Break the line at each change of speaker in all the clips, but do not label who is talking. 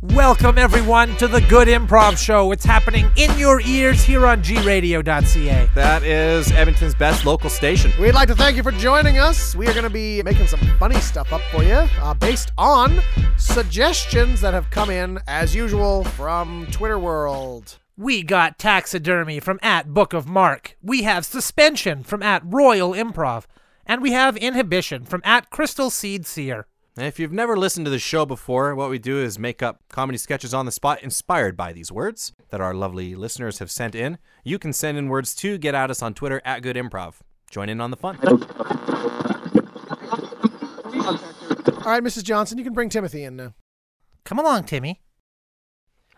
Welcome, everyone, to the Good Improv Show. It's happening in your ears here on gradio.ca.
That is Edmonton's best local station.
We'd like to thank you for joining us. We are going to be making some funny stuff up for you uh, based on suggestions that have come in, as usual, from Twitter World.
We got taxidermy from at Book of Mark. We have suspension from at Royal Improv. And we have inhibition from at Crystal Seed Seer.
And if you've never listened to the show before, what we do is make up comedy sketches on the spot inspired by these words that our lovely listeners have sent in. You can send in words too. Get at us on Twitter at Good Improv. Join in on the fun.
All right, Mrs. Johnson, you can bring Timothy in now.
Come along, Timmy.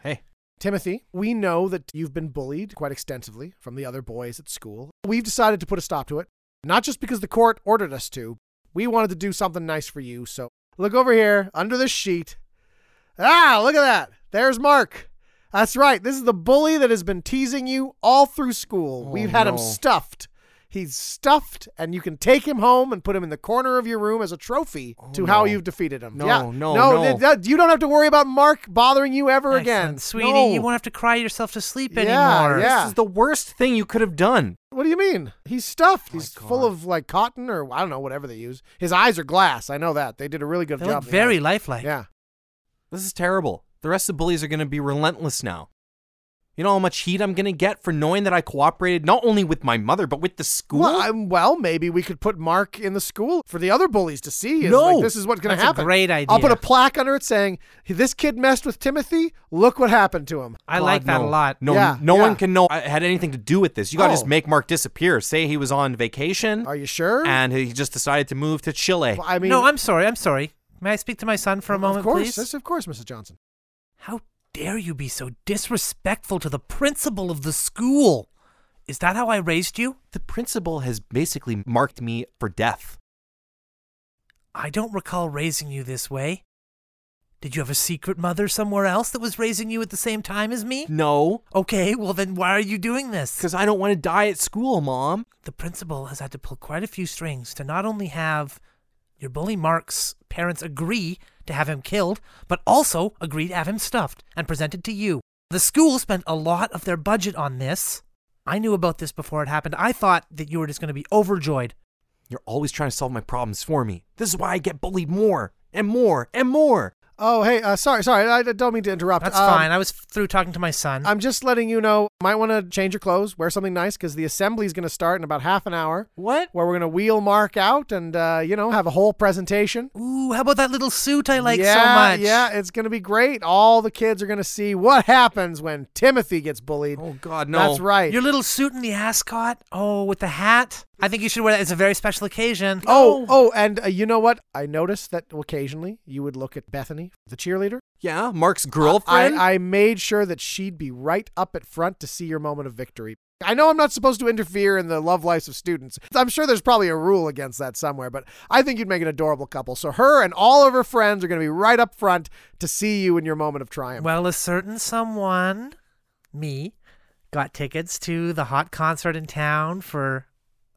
Hey,
Timothy, we know that you've been bullied quite extensively from the other boys at school. We've decided to put a stop to it, not just because the court ordered us to. We wanted to do something nice for you, so look over here under this sheet. Ah, look at that. There's Mark. That's right. This is the bully that has been teasing you all through school.
Oh,
We've had him
no.
stuffed. He's stuffed, and you can take him home and put him in the corner of your room as a trophy to how
no.
you've defeated him.
No,
Yeah.
no,
no.
no.
th- th- you don't have to worry about Mark bothering you ever again.
Excellent. Sweetie,
No.
you won't have to cry yourself to sleep
Yeah,
anymore.
yeah.
this is the worst thing you could have done.
What do you mean? He's
Oh
stuffed. He's
God.
full of like cotton or I don't know whatever they use. His eyes are glass. I know that. They did a really good
They
job.
look
with
very
that.
lifelike.
Yeah.
This is terrible. The rest of the bullies are going to be relentless now. You know how much heat I'm going to get for knowing that I cooperated not only with my mother, but with the school?
Well, I'm, well, maybe we could put Mark in the school for the other bullies to see. Is,
No.
like, this is what's going to
That's a
happen.
great
I'll put
idea.
a plaque under it saying, "This kid messed with Timothy. Look what happened to him."
I
God,
like that
no.
a lot.
No,
Yeah,
no
yeah.
one can know I had anything to do with this. You got to just
Oh.
make Mark disappear. Say he was on vacation
Are you sure?
and he just decided to move to Chile.
I mean,
no, I'm sorry. I'm sorry. May I speak to my son for a moment,
of course,
please?
yes, of course, Mrs. Johnson.
How dare you be so disrespectful to the principal of the school? Is that how I raised you?
The principal has basically marked me for death.
I don't recall raising you this way. Did you have a secret mother somewhere else that was raising you at the same time as me?
No,
Okay, well then why are you doing this?
because I don't want to die at school, Mom.
The principal has had to pull quite a few strings to not only have your bully Mark's parents agree to have him killed, but also agree to have him stuffed and presented to you. The school spent a lot of their budget on this. I knew about this before it happened. I thought that you were just going to be overjoyed.
You're always trying to solve my problems for me. This is why I get bullied more and more and more.
Oh, hey, uh, sorry, sorry. I, I don't mean to interrupt.
That's
Um,
fine. I was through talking to my son.
I'm just letting you know. Might want to change your clothes, wear something nice, because the assembly is going to start in about half an hour.
What?
where we're going to wheel Mark out and, uh, you know, have a whole presentation.
Ooh, how about that little suit I like
yeah,
so much?
Yeah, it's going to be great. All the kids are going to see what happens when Timothy gets bullied.
Oh, God, no.
That's right.
Your little suit and the ascot. Oh, with the hat. I think you should wear that. It's a very special occasion.
Oh, oh, and uh, you know what? I noticed that occasionally you would look at Bethany, the cheerleader.
Yeah, Mark's girlfriend.
I, I made sure that she'd be right up at front to see your moment of victory. I know I'm not supposed to interfere in the love lives of students. I'm sure there's probably a rule against that somewhere, but I think you'd make an adorable couple. So her and all of her friends are going to be right up front to see you in your moment of triumph.
Well, a certain someone, me, got tickets to the hot concert in town for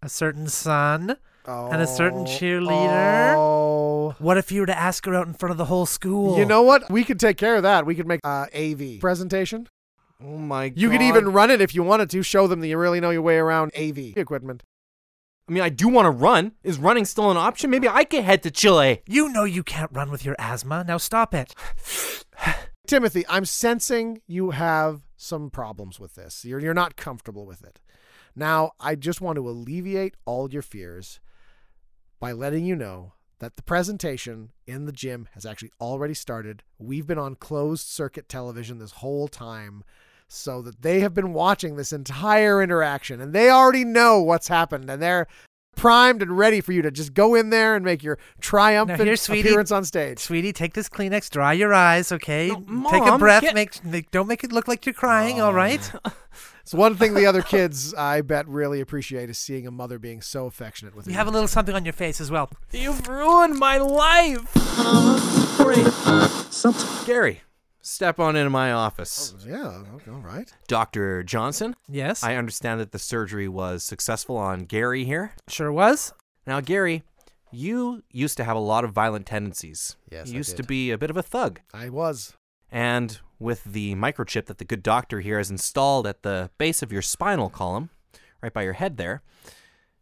a certain son and a certain cheerleader.
Oh.
What if you were to ask her out in front of the whole school?
You know what? We could take care of that. We could make uh, AV presentation.
oh, my God.
You could even run it if you wanted to. Show them that you really know your way around AV equipment.
I mean, I do want to run. Is running still an option? Maybe I could head to Chile.
You know you can't run with your asthma. Now stop it.
Timothy, I'm sensing you have some problems with this. You're, you're not comfortable with it. Now, I just want to alleviate all your fears by letting you know that the presentation in the gym has actually already started. We've been on closed circuit television this whole time so that they have been watching this entire interaction and they already know what's happened and they're primed and ready for you to just go in there and make your triumphant
here, sweetie-
appearance on stage.
Sweetie, take this Kleenex, dry your eyes, okay?
No,
take a
Mom,
breath,
get-
make, make don't make it look like you're crying, all right?
It's one thing the other kids, I bet, really appreciate is seeing a mother being so affectionate with
You
her
have a
young
little something on your face as well.
You've ruined my life. Gary, step on into my office.
ones. Yeah, okay, all right.
Dr. Johnson,
Yes.
I understand that the surgery was successful on Gary here.
sure was.
Now, Gary, you used to have a lot of violent tendencies.
Yes,
You
I
used to
did.
be a bit of a thug.
I was.
And with the microchip that the good doctor here has installed at the base of your spinal column, right by your head there,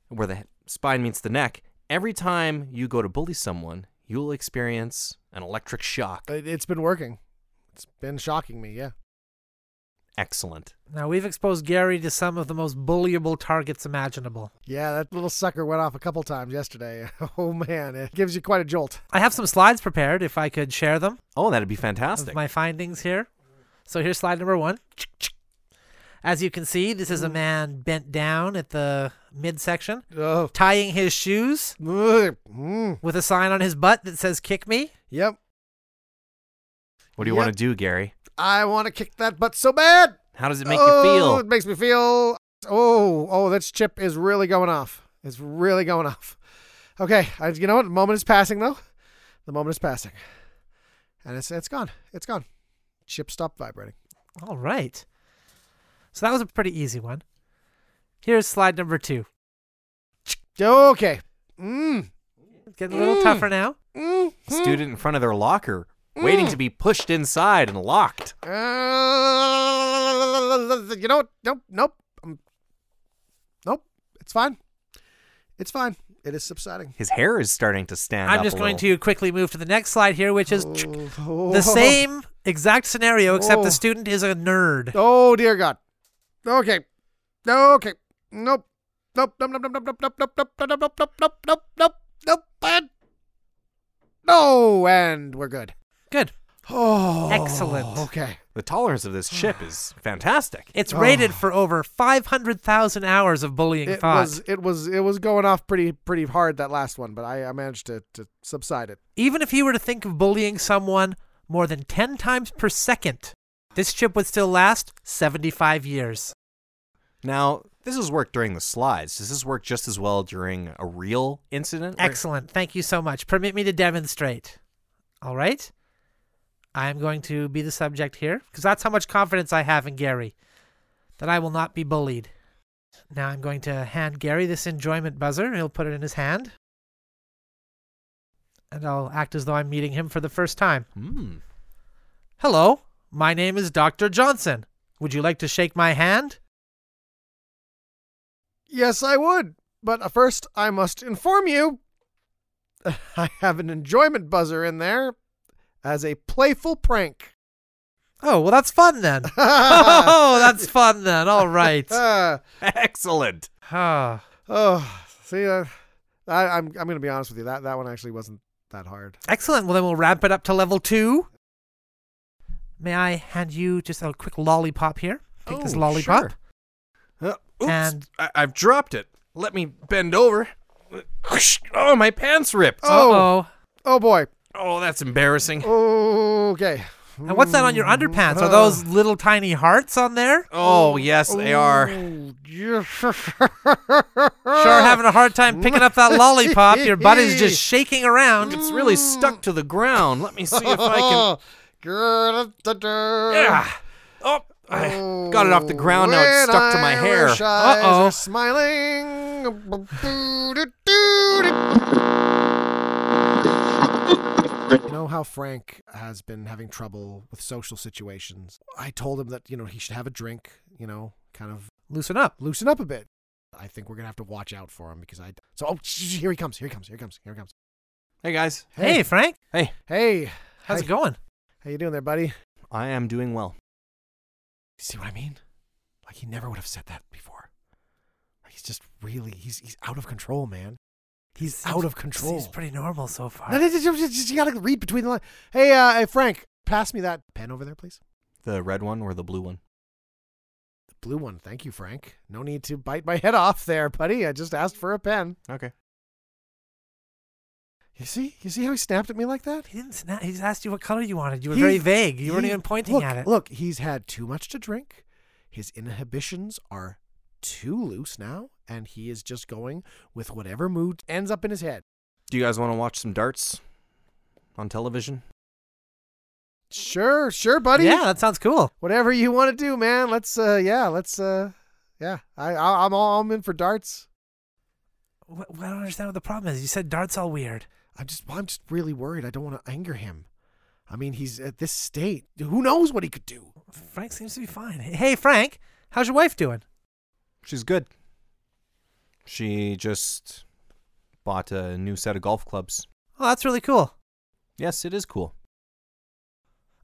where the spine meets the neck, every time you go to bully someone, you'll experience an electric shock.
It, it's been working. It's been shocking me. Yeah.
Excellent.
Now, we've exposed Gary to some of the most bullyable targets imaginable.
Yeah, that little sucker went off a couple times yesterday. Oh man, it gives you quite a jolt.
I have some slides prepared if I could share them
Oh, that'd be
of
fantastic.
my findings here. So here's slide number one. As you can see, this
Hmm.
is a man bent down at the midsection,
Oh.
tying his shoes
Ugh. Mm.
with a sign on his butt that says "Kick me."
Yep.
what do you
Yep.
want to do, Gary?
I want to kick that butt so bad.
How does it make
oh,
you
It
feel?
makes me feel. Oh, oh, this chip is really going off. It's really going off. Okay, I, you know what? The moment is passing though. The moment is passing, and it's it's gone. It's gone. Chip stopped vibrating.
All right. So that was a pretty easy one. Here's slide number two.
Okay. Mm.
Getting a little
Hmm.
Mm.
tougher now.
Mm.
hmm.
Student in front of their locker, waiting to be pushed inside and locked.
Uh, you know what? Nope. Nope. Um, nope. It's fine. It's fine. It is subsiding.
His hair is starting to stand up.
I'm just
a
going
little.
to quickly move to the next slide here, which is
Oh.
the same exact scenario, except
Oh.
the student is a nerd.
Oh dear God. Okay. Okay. Nope. Nope. Nope. Nope. Nope. Nope. Nope. Nope. Nope. Nope. Nope. Nope. Nope. Nope. Nope. Nope. Nope. And no. And we're good.
Good.
Oh.
Excellent.
Okay.
The tolerance of this chip is fantastic.
It's
Oh.
rated for over 500,000 hours of bullying
It
thought.
was. It was. It was going off pretty pretty hard that last one, but I, I managed to to subside it.
Even if he were to think of bullying someone more than 10 times per second, this chip would still last 75 years.
Now, this has worked during the slides. Does this work just as well during a real incident?
Excellent. Thank you so much. Permit me to demonstrate. All right. I'm going to be the subject here because that's how much confidence I have in Gary that I will not be bullied. Now I'm going to hand Gary this enjoyment buzzer. He'll put it in his hand. And I'll act as though I'm meeting him for the first time.
Hmm.
Hello, my name is Dr. Johnson. Would you like to shake my hand?
Yes, I would. But uh, first, I must inform you I have an enjoyment buzzer in there as a playful prank.
Oh, well, that's fun then. oh, that's fun then. All right.
Ah.
Excellent.
Ah.
Oh, see, uh, I, I'm I'm gonna be honest with you. That that one actually wasn't that hard.
Excellent. Well, then we'll ramp it up to level two. May I hand you just a quick lollipop here? Take this
Oh,
lollipop.
sure. Uh, oops.
And-
I- I've dropped it. Let me bend over. Oh, my pants ripped.
Oh.
Uh-oh.
Oh boy.
Oh, that's embarrassing.
Okay.
And what's that on your underpants? Are those
Uh.
little tiny hearts on there?
Oh, yes, they are.
Oh, sure
Uh.
Sure,
having
having a hard time picking up that lollipop. Your butt is just shaking around.
It's really stuck to the ground. Let me see if I can.
Yeah.
Yeah. Oh, I got it off the ground. Now it's stuck to my hair. Oh.
Uh-oh.
Uh-oh. Smiling. you know how Frank has been having trouble with social situations. I told him that, you know, he should have a drink, you know, kind of
Loosen up.
loosen up a bit. I think we're going to have to watch out for him because I So oh, sh- sh- here he comes. Here he comes. Here he comes. Here he comes.
Hey, guys.
Hey, Frank.
Hey,
Hey.
How's
Hi.
it going?
How you doing there, buddy?
I am doing well.
See what I mean? Like he never would have said that before. Like he's just really he's he's out of control, man. He's out of control.
Seems pretty normal so
No,
far.
no, just, just- just- you gotta read between the lines. Hey, uh, hey, Frank, pass me that pen over there, please.
The red one or the blue one?
The blue one. Thank you, Frank. No need to bite my head off there, buddy. I just asked for a pen.
Okay.
You see? You see how he snapped at me like that?
He didn't. Sna- he just asked you what color you wanted. You were
He-
very vague. You weren't
he-
even pointing
look,
at it.
Look, he's had too much to drink. His inhibitions are too loose now, and he is just going with whatever mood ends up in his head.
Do you guys want to watch some darts on television?
Sure, sure, buddy.
Yeah, that sounds cool.
Whatever you want to do, man. Let's uh yeah, let's uh yeah. I, I I'm all I'm in for darts.
Wh- I don't understand what the problem is. You said darts all weird.
I'm just I'm just really worried. I don't want to anger him. I mean, he's at this state. Who knows what he could do?
Frank seems to be fine. Hey, Frank, how's your wife doing?
She's good. She just bought a new set of golf clubs.
Oh, that's really cool.
Yes, it is cool.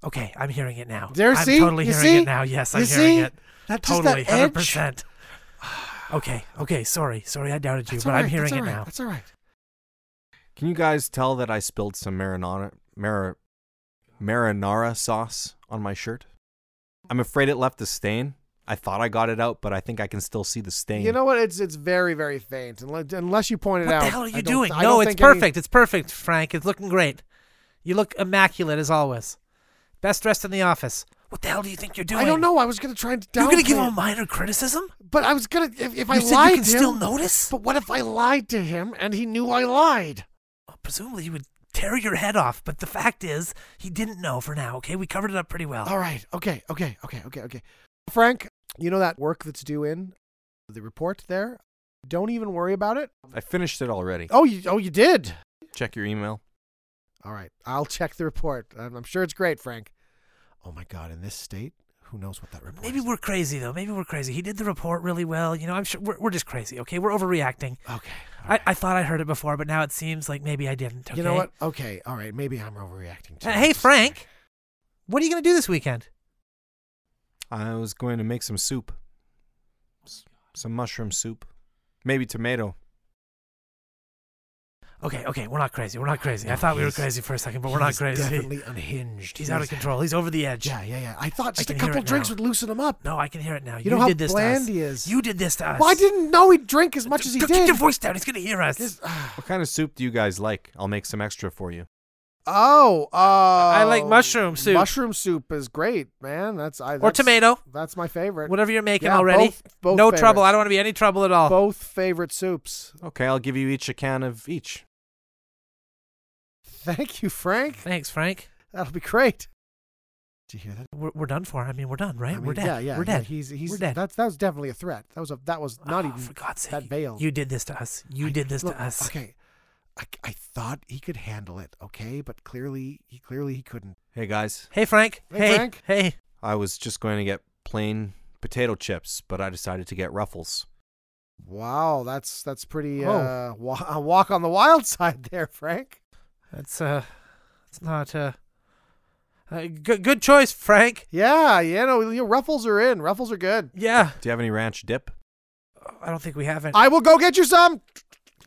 Okay, I'm hearing it now.
There,
I'm
see?
totally
You
hearing
see?
it now. Yes, I'm
You
hearing
see?
it.
That, just
totally,
that edge.
100%. okay, okay, sorry. Sorry I doubted you,
That's
but
all right,
I'm hearing
that's
it
all right,
now.
That's all right.
Can you guys tell that I spilled some marinara, mar- marinara sauce on my shirt? I'm afraid it left a stain. I thought I got it out, but I think I can still see the stain.
You know what? It's it's very very faint unless, unless you point it
What
out.
the hell are
I
you
don't-
doing? No,
I don't
it's
think any-
perfect. It's perfect, Frank. It's looking great. You look immaculate as always. Best dressed in the office. What the hell do you think you're doing?
I don't know. I was gonna try and downplay.
You're gonna give him
it,
a minor criticism?
But I was gonna if, if I
you said
lied
you can
to
still
him.
notice?
But what if I lied to him and he knew I lied?
Well, presumably he would tear your head off, but the fact is he didn't know for now, okay? We covered it up pretty well.
All right. Okay. Okay. Okay. Okay. Okay. Frank, you know that work that's due in the report there. Don't even worry about it.
I finished it already.
Oh, you oh you did.
Check your email.
All right. I'll check the report. I'm, I'm sure it's great, Frank. Oh my God! In this state, who knows what that report?
Maybe
is.
we're crazy though. Maybe we're crazy. He did the report really well. You know, I'm sure we're, we're just crazy. Okay, we're overreacting.
okay. all
I,
right.
I thought I heard it before, but now it seems like maybe I didn't. Okay?
You know what? Okay. All right. Maybe I'm overreacting. Too.
Uh, hey,
Just-
Frank, what are you gonna do this weekend?
I was going to make some soup. S- some mushroom soup. Maybe tomato.
Okay, okay, we're not crazy. We're not crazy. I thought we were
he's-
crazy for a second, but we're not
He's
crazy.
Definitely unhinged.
He's
He
out of
was-
control. He's over the edge.
Yeah, yeah, yeah. I thought just a
can hear
couple
it
drinks
now.
would loosen him up.
No, I can hear it now.
You know how
did this to
bland
us.
he is.
You did this to us.
Well, I didn't know he'd drink as much as he
Go- Get
did. ah.
your voice down. He's gonna hear us.
This-
What kind of soup do you guys like? I'll make some extra for you.
Oh, uh, I
like mushroom soup.
Mushroom soup is great, man. That's I. That's,
or tomato,
That's my favorite.
whatever you're making
Yeah,
already.
both- both
no trouble.
favorites.
I don't want to be any trouble at all.
Both favorite soups.
Okay, I'll give you each a can of each.
Thank you, Frank.
Thanks, Frank.
That'll be great. Did you hear that?
We're, we're done for. I mean, we're done, right?
I
we're
mean,
dead.
Yeah, yeah.
we're dead.
Yeah, he's he's
we're dead.
That's that was definitely a threat. That was a that was not
Oh,
even
for God's sake.
that veil.
You did this to us. You
I-
did this
look,
to us.
Okay. I, I thought he could handle it, okay, but clearly he clearly he couldn't.
Hey guys,
Hey, Frank.
Hey,
Hey,
Frank.
hey.
I was just going to get plain potato chips, but I decided to get Ruffles.
Wow, that's that's pretty
Oh.
uh, wa- a walk on the wild side there, Frank.
That's uh, it's not uh, uh good good choice, Frank.
Yeah, you know, you know, ruffles are in. Ruffles are good.
Yeah,
Do you have any ranch dip?
I don't think we haven't.
I will go get you some.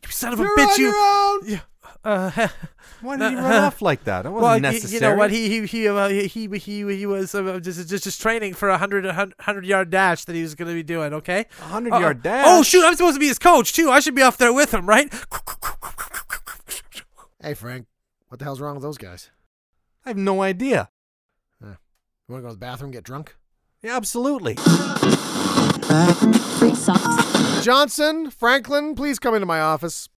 you son of a
You're
bitch,
on
you.
your own.
Yeah. Uh,
Why
No,
did he run
uh,
off like that? That wasn't
well, y-
necessary.
you know what? He he he uh, he he he, he was uh, just, just just training for a hundred a hun- hundred yard dash that he was going to be doing. Okay,
100
Uh-oh.
yard dash.
Oh shoot, I'm supposed to be his coach too. I should be off there with him, right?
Hey, Frank, what the hell's wrong with those guys?
I have no idea.
You want to go to the bathroom, get drunk?
Yeah, absolutely.
Free socks.
Johnson, Franklin, please come into my office.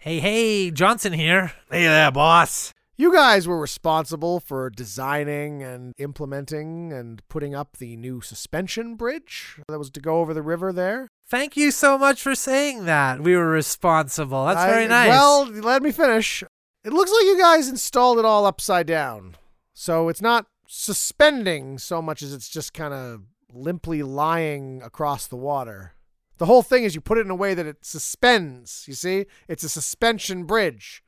Hey hey, Johnson here.
Hey there, boss.
You guys were responsible for designing and implementing and putting up the new suspension bridge that was to go over the river there.
Thank you so much for saying that. We were responsible. That's
I-
very nice.
Well, let me finish. It looks like you guys installed it all upside down. So it's not suspending so much as it's just kind of limply lying across the water. The whole thing is you put it in a way that it suspends, you see? It's a suspension bridge.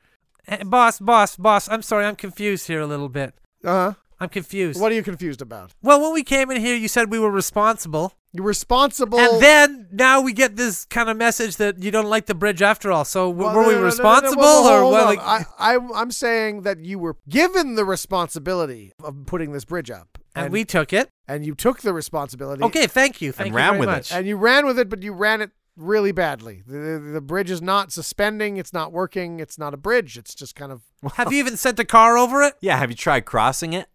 Eh, boss, boss, boss. I'm sorry, I'm confused here a little bit.
Uh-huh.
I'm confused.
What are you confused about?
Well, when we came in here, you said we were responsible,
You're responsible
and then now we get this kind of message that you don't like the bridge after all. So w-
Well,
were
no,
we
no, no, no, no,
responsible,
well, well,
or
hold
what?
on.
like-
I, I, I'm saying that you were given the responsibility of putting this bridge up,
and, we took it.
and you took the responsibility.
Okay, thank you. Thank you
ran
very
with it.
much.
and you ran with it, but you ran it really badly. The, the, the bridge is not suspending. It's not working. It's not a bridge. It's just kind of
Have you even sent a car over it?
Yeah, have you tried crossing it?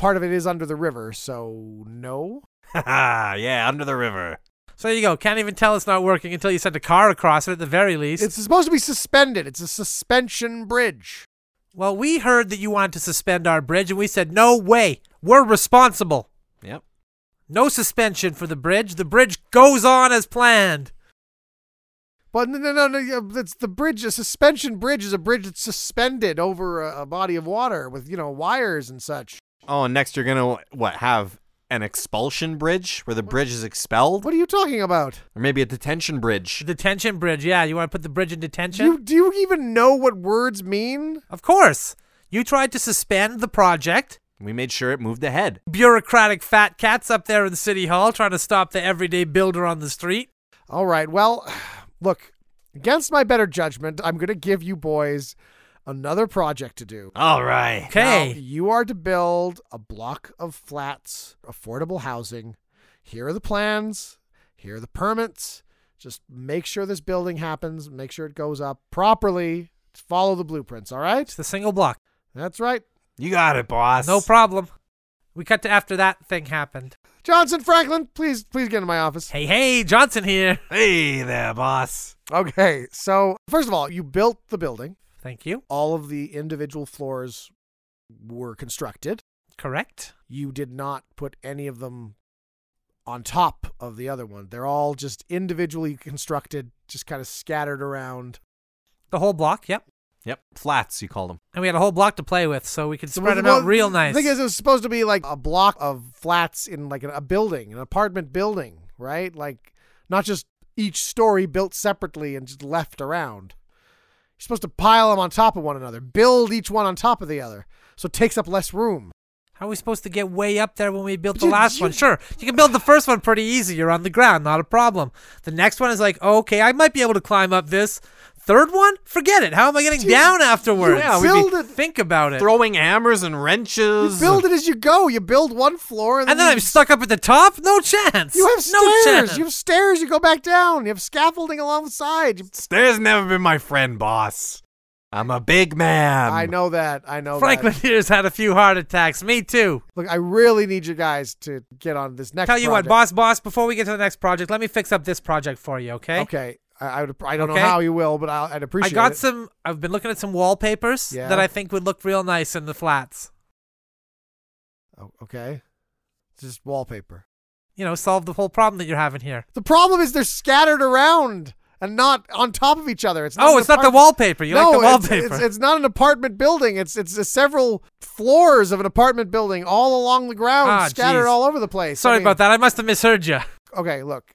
part of it is under the river. So no.
Haha, yeah, under the river.
So there you go. Can't even tell it's not working until you send a car across it at the very least.
It's supposed to be suspended. It's a suspension bridge.
well, we heard that you wanted to suspend our bridge, and we said, no way. We're responsible.
Yep.
No suspension for the bridge. The bridge goes on as planned.
But no, no, no, no. yeah, That's the bridge. A suspension bridge is a bridge that's suspended over a, a body of water with you know wires and such.
Oh, and next you're gonna what have an expulsion bridge where the bridge is expelled,
What are you talking about?
or maybe a detention bridge.
Detention bridge. Yeah, you want to put the bridge in detention?
You do you even know what words mean?
of course. You tried to suspend the project.
We made sure it moved ahead.
Bureaucratic fat cats up there in City Hall trying to stop the everyday builder on the street.
All right. Well, look. Against my better judgment, I'm going to give you boys another project to do.
All right.
Okay.
Now, you are to build a block of flats, affordable housing. Here are the plans. Here are the permits. Just make sure this building happens. Make sure it goes up properly. Follow the blueprints, all right?
It's the single block.
That's right.
You got it, boss.
No problem. We cut to after that thing happened.
Johnson Franklin, please, please get into my office.
Hey, hey, Johnson here.
Hey there, boss.
Okay, so first of all, you built the building.
Thank you.
All of the individual floors were constructed.
Correct.
You did not put any of them on top of the other one. They're all just individually constructed, just kind of scattered around.
The whole block. Yep.
Yep, flats you call them.
And we had a whole block to play with, so we could spread them
Well,
out real nice.
The thing is, it was supposed to be like a block of flats in like an- a building, an apartment building, right? Like not just each story built separately and just left around. You're supposed to pile them on top of one another, build each one on top of the other, so it takes up less room.
How are we supposed to get way up there when we built
But
the
you-
last
you-
one? Sure, you can build the first one pretty easy. You're on the ground, not a problem. The next one is like, okay, I might be able to climb up this. Third one, forget it. How am I getting down afterwards?
you build it.
Think about it.
Throwing hammers and
You
wrenches.
build it as you go. You build one floor, and then,
and then
you,
I'm stuck up at the top. No chance.
You have
no
stairs.
chance.
you have stairs. You go back down. You have scaffolding along the side. You-
Stairs never been my friend, boss. I'm a big man.
I know that. I know
Um, Franklin
that.
here's had a few heart attacks. Me too.
Look, I really need you guys to get on this next.
Tell you
project.
what, boss, boss. Before we get to the next project, let me fix up this project for you, okay?
Okay. I, I, would, I don't
Okay.
know how you will, but I'll, I'd
I
appreciate
got
it.
some. I've been looking at some wallpapers
Yeah.
that I think would look real nice in the flats.
Oh, okay. It's just wallpaper.
you know, solve the whole problem that you're having here.
The problem is they're scattered around and not on top of each other. It's not
oh,
an
it's not the
apart-
wallpaper. You like
no,
the
it's-
wallpaper.
It's, it's not an apartment building. It's it's uh, several floors of an apartment building all along the ground,
Ah,
scattered
jeez.
all over the place.
Sorry about that. I must have misheard you.
that. Okay, look.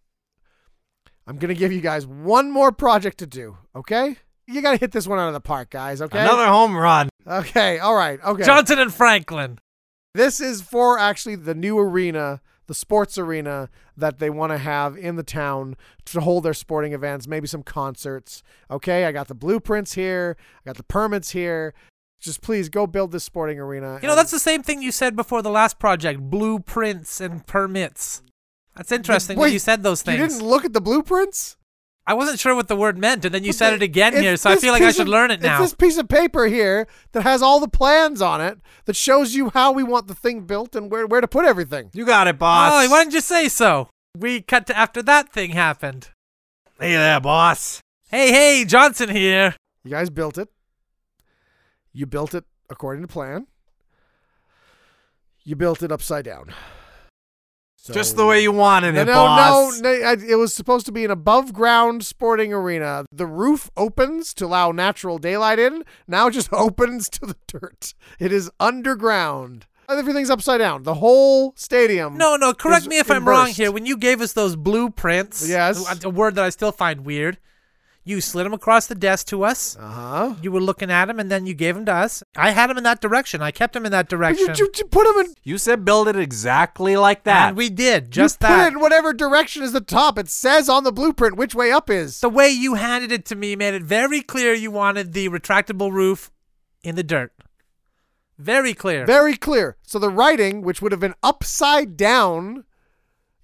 I'm going to give you guys one more project to do, okay? You got to hit this one out of the park, guys, okay?
Another home run.
Okay, all right. Okay.
Johnson and Franklin.
This is for actually the new arena, the sports arena that they want to have in the town to hold their sporting events, maybe some concerts. Okay, I got the blueprints here, I got the permits here. Just please go build this sporting arena.
You know, that's the same thing you said before the last project blueprints and permits. That's interesting
Wait,
that you said those
you
things.
didn't look at the blueprints.
I wasn't sure what the word meant, and then you
But
said
the-
it again
it's
here, so I
this
feel like I
piece
should
of-
learn it now.
It's this piece of paper here that has all the plans on it that shows you how we want the thing built and where where to put everything.
You got it, boss.
Oh, why didn't you say so? We cut to after that thing happened.
Hey there, boss.
Hey, hey, Johnson here.
You guys built it. You built it according to plan. You built it upside down. So-
Just the way you wanted
No,
it,
no,
boss.
no, no. I- It was supposed to be an above ground sporting arena. The roof opens to allow natural daylight in. Now it just opens to the dirt. It is underground. Everything's upside down. The whole stadium.
No, no, correct
is
me if I'm wrong
immersed.
here. When you gave us those blueprints,
Yes.
a- a word that I still find weird, you slid them across the desk to us.
Uh huh.
You were looking at him, and then you gave him to us. I had him in that direction. I kept him in that
You,
direction.
you, you put them in.
You said build it exactly like that.
and we did just
you
that.
Put it in whatever direction is the top. It says on the blueprint which way up is.
the way you handed it to me made it very clear you wanted the retractable roof in the dirt. Very clear.
Very clear. So the writing, which would have been upside down,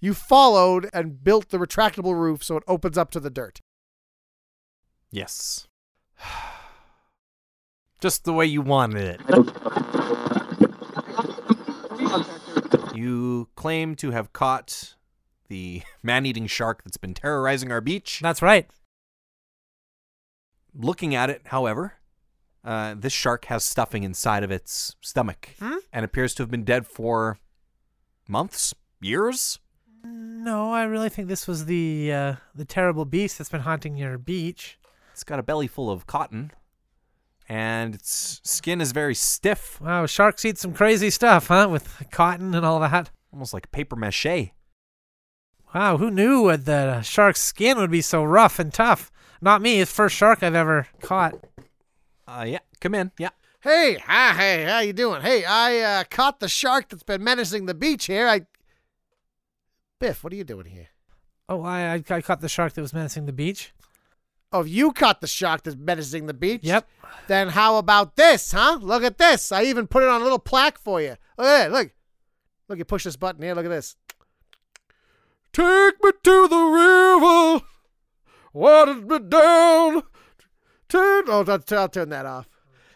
you followed and built the retractable roof so it opens up to the dirt.
yes. Just the way you wanted it. you claim to have caught the man eating shark that's been terrorizing our beach.
That's right.
Looking at it, however, uh, this shark has stuffing inside of its stomach
Hmm?
and appears to have been dead for months, years.
No, I really think this was the uh, the terrible beast that's been haunting your beach.
It's got a belly full of cotton, and its skin is very stiff,
Wow, sharks eat some crazy stuff, huh? With cotton and all that.
almost like paper mache.
Wow, who knew that the shark's skin would be so rough and tough? Not me. It's the first shark I've ever caught.
Uh, yeah, come in. Yeah.
Hey, hi, hey, how you doing? Hey, I uh, caught the shark that's been menacing the beach here. I, Biff, what are you doing here?
Oh, I, I, I caught the shark that was menacing the beach.
Oh, if you caught the shark that's menacing the beach.
Yep.
Then how about this, huh? Look at this. I even put it on a little plaque for you. Look at it. Look. Look, you push this button here. Look at this. Take me to the river. Water's me down. Turn. Oh, I'll, I'll turn that off.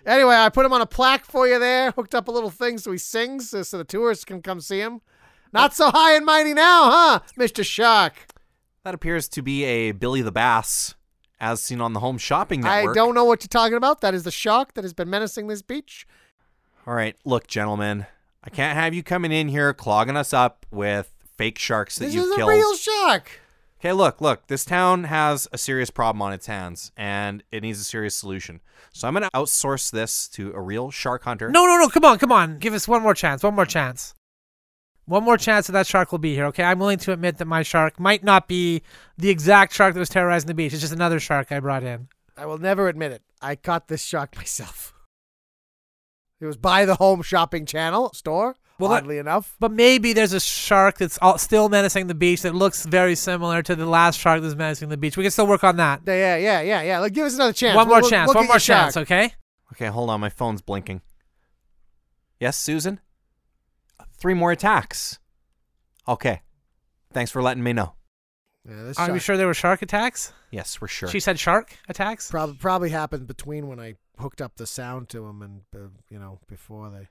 Anyway, I put him on a plaque for you there. Hooked up a little thing so he sings uh, so the tourists can come see him. Not so high and mighty now, huh, Mr. Shark?
That appears to be a Billy the Bass, as seen on the Home Shopping Network.
I don't know what you're talking about. That is the shark that has been menacing this beach.
All right, look, gentlemen, I can't have you coming in here clogging us up with fake sharks that
This
you've
is
killed.
a real shark.
okay, look, look, this town has a serious problem on its hands, and it needs a serious solution. So I'm gonna outsource this to a real shark hunter.
No, no, no. Come on, come on. Give us one more chance. One more chance. One more chance that that shark will be here, okay? I'm willing to admit that my shark might not be the exact shark that was terrorizing the beach. It's just another shark I brought in.
I will never admit it. I caught this shark myself. It was by the home shopping channel store.
Well, that-
oddly enough,
But maybe there's a shark that's all, still menacing the beach that looks very similar to the last shark that's menacing the beach. We can still work on that.
yeah, yeah, yeah, yeah. Like, give us another chance.
one more
We'll- we'll
chance.
look
One
at
more
your shark.
chance, okay?
Okay, hold on, my phone's blinking. Yes, Susan. Three more attacks. Okay. Thanks for letting me know.
Yeah, this
Are we
shark
sure there were shark attacks?
Yes, we're sure.
She said shark attacks?
prob- probably happened between when I hooked up the sound to him and uh, you know before they,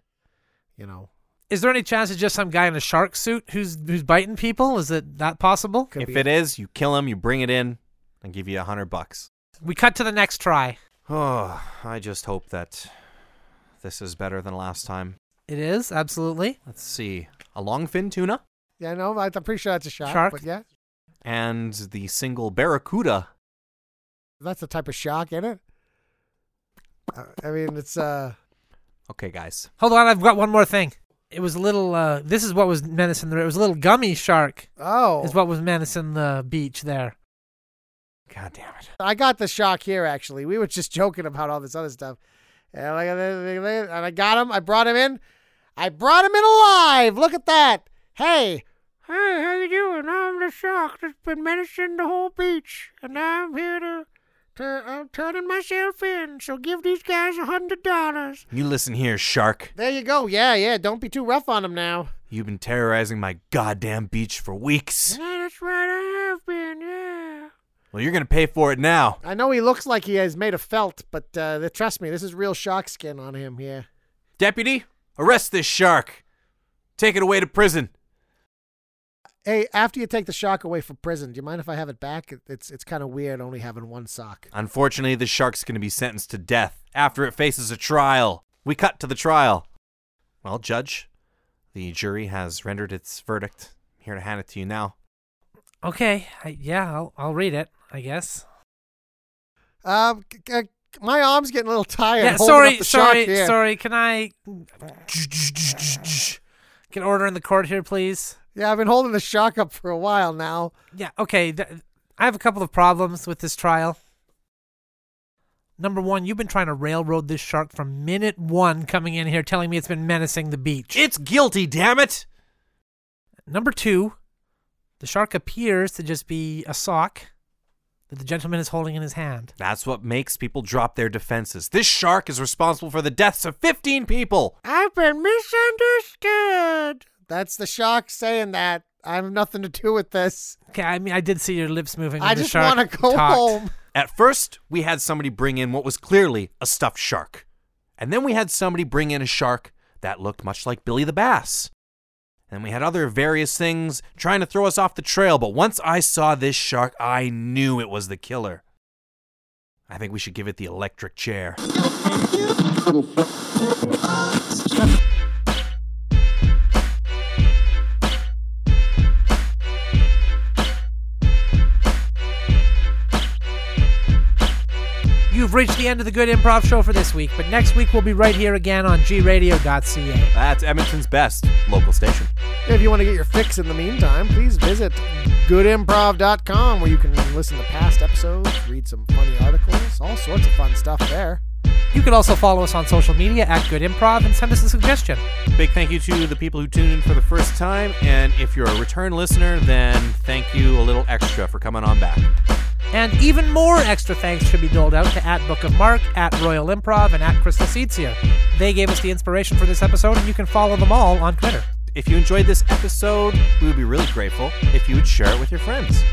you know,
Is there any chance it's just some guy in a shark suit who's who's biting people? Is it that possible?
could
if
be
it is, you kill him, you bring it in, and give you a hundred bucks.
We cut to the next try.
Oh, I just hope that this is better than last time.
It is, absolutely.
Let's see. A longfin tuna
Yeah, no, I- I'm pretty sure that's a shark.
Shark?
But yeah,
and the single barracuda.
that's the type of shark in it. Uh, I mean, it's uh,
Okay, guys.
Hold on, I've got one more thing. It was a little. Uh, this is what was menacing the. It was a little gummy shark.
oh,
Is what was menacing the beach there.
God damn it.
I got the shock here actually. We were just joking about all this other stuff. And like- and I got him. I brought him in. I brought him in alive. Look at that. Hey. Hey, how you doing? I'm the shark that's been menacing the whole beach. And I'm here to, to I'm turning myself in. So give these guys a hundred dollars.
You listen here, shark.
There you go. Yeah, yeah. Don't be too rough on them now.
You've been terrorizing my goddamn beach for weeks.
Yeah, that's right. I have been. Yeah.
Well, you're gonna pay for it now.
I know he looks like he has made of felt, but uh, th- trust me, this is real shark skin on him here.
Deputy, arrest this shark. Take it away to prison.
Hey, after you take the shock away from prison, do you mind if I have it back? It- It's it's kind of weird only having one sock.
Unfortunately, the shark's going to be sentenced to death after it faces a trial. We cut to the trial. Well, Judge, the jury has rendered its verdict. I'm here to hand it to you now.
Okay, I, yeah, I'll, I'll read it. I guess.
Um, c- c- my arm's getting a little tired.
Yeah,
holding
sorry,
up the
sorry,
shark here.
sorry. Can I get order in the court here, please?
Yeah, I've been holding the shark up for a while now.
Yeah. Okay. Th- I have a couple of problems with this trial. Number one, you've been trying to railroad this shark from minute one coming in here, telling me it's been menacing the beach.
It's guilty, damn it!
Number two, the shark appears to just be a sock that the gentleman is holding in his hand.
That's what makes people drop their defenses. This shark is responsible for the deaths of 15 people.
I've been misunderstood. That's the shark saying that. I have nothing to do with this.
Okay, I mean, I did see your lips moving. when
I
the
just
shark
want to go
talked.
home.
At first, we had somebody bring in what was clearly a stuffed shark. And then we had somebody bring in a shark that looked much like Billy the Bass. And we had other various things trying to throw us off the trail, but once I saw this shark, I knew it was the killer. I think we should give it the electric chair.
You've reached the end of the Good Improv Show for this week, but next week we'll be right here again on gradio.ca.
That's Edmonton's best local station.
If you want to get your fix in the meantime, please visit goodimprov.com where you can listen to past episodes, read some funny articles, all sorts of fun stuff there.
You can also follow us on social media at Good Improv and send us a suggestion.
Big thank you to the people who tuned in for the first time. And if you're a return listener, then thank you a little extra for coming on back.
And even more extra thanks should be doled out to at Book of Mark, at Royal Improv, and at Crystal Seetsier. They gave us the inspiration for this episode, and you can follow them all on Twitter.
If you enjoyed this episode, we would be really grateful if you would share it with your friends.